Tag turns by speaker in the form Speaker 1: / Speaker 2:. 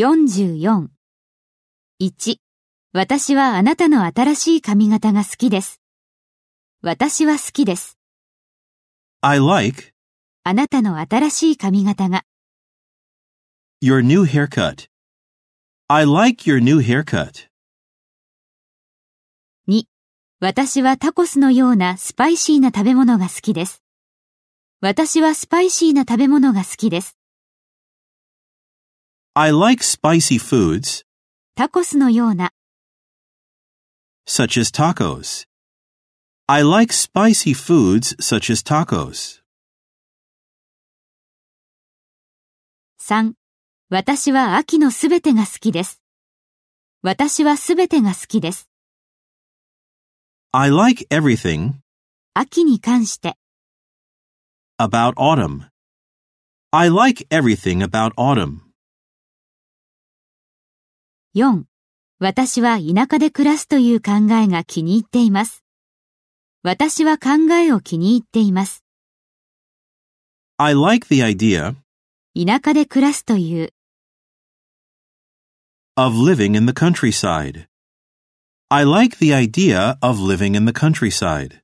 Speaker 1: 44.1. 私はあなたの新しい髪型が好きです。私は好きです。
Speaker 2: I like
Speaker 1: あなたの新しい髪型が。
Speaker 2: your new haircut. I like your new haircut.
Speaker 1: 私はタコスのようなスパイシーな食べ物が好きです。私はスパイシーな食べ物が好きです。
Speaker 2: I like spicy foods,
Speaker 1: タコスのような。
Speaker 2: such as tacos. I like spicy foods such as tacos.
Speaker 1: 3. 私は秋のすべてが好きです。私はすべてが好きです。
Speaker 2: I like everything
Speaker 1: 秋に関して。
Speaker 2: about autumn. I like everything about autumn.
Speaker 1: 4. 私は田舎で暮らすという考えが気に入っています。私は考えを気に入っています。
Speaker 2: I like the idea
Speaker 1: 田舎で暮らすという。
Speaker 2: of living in the countryside. I like the idea of living in the countryside.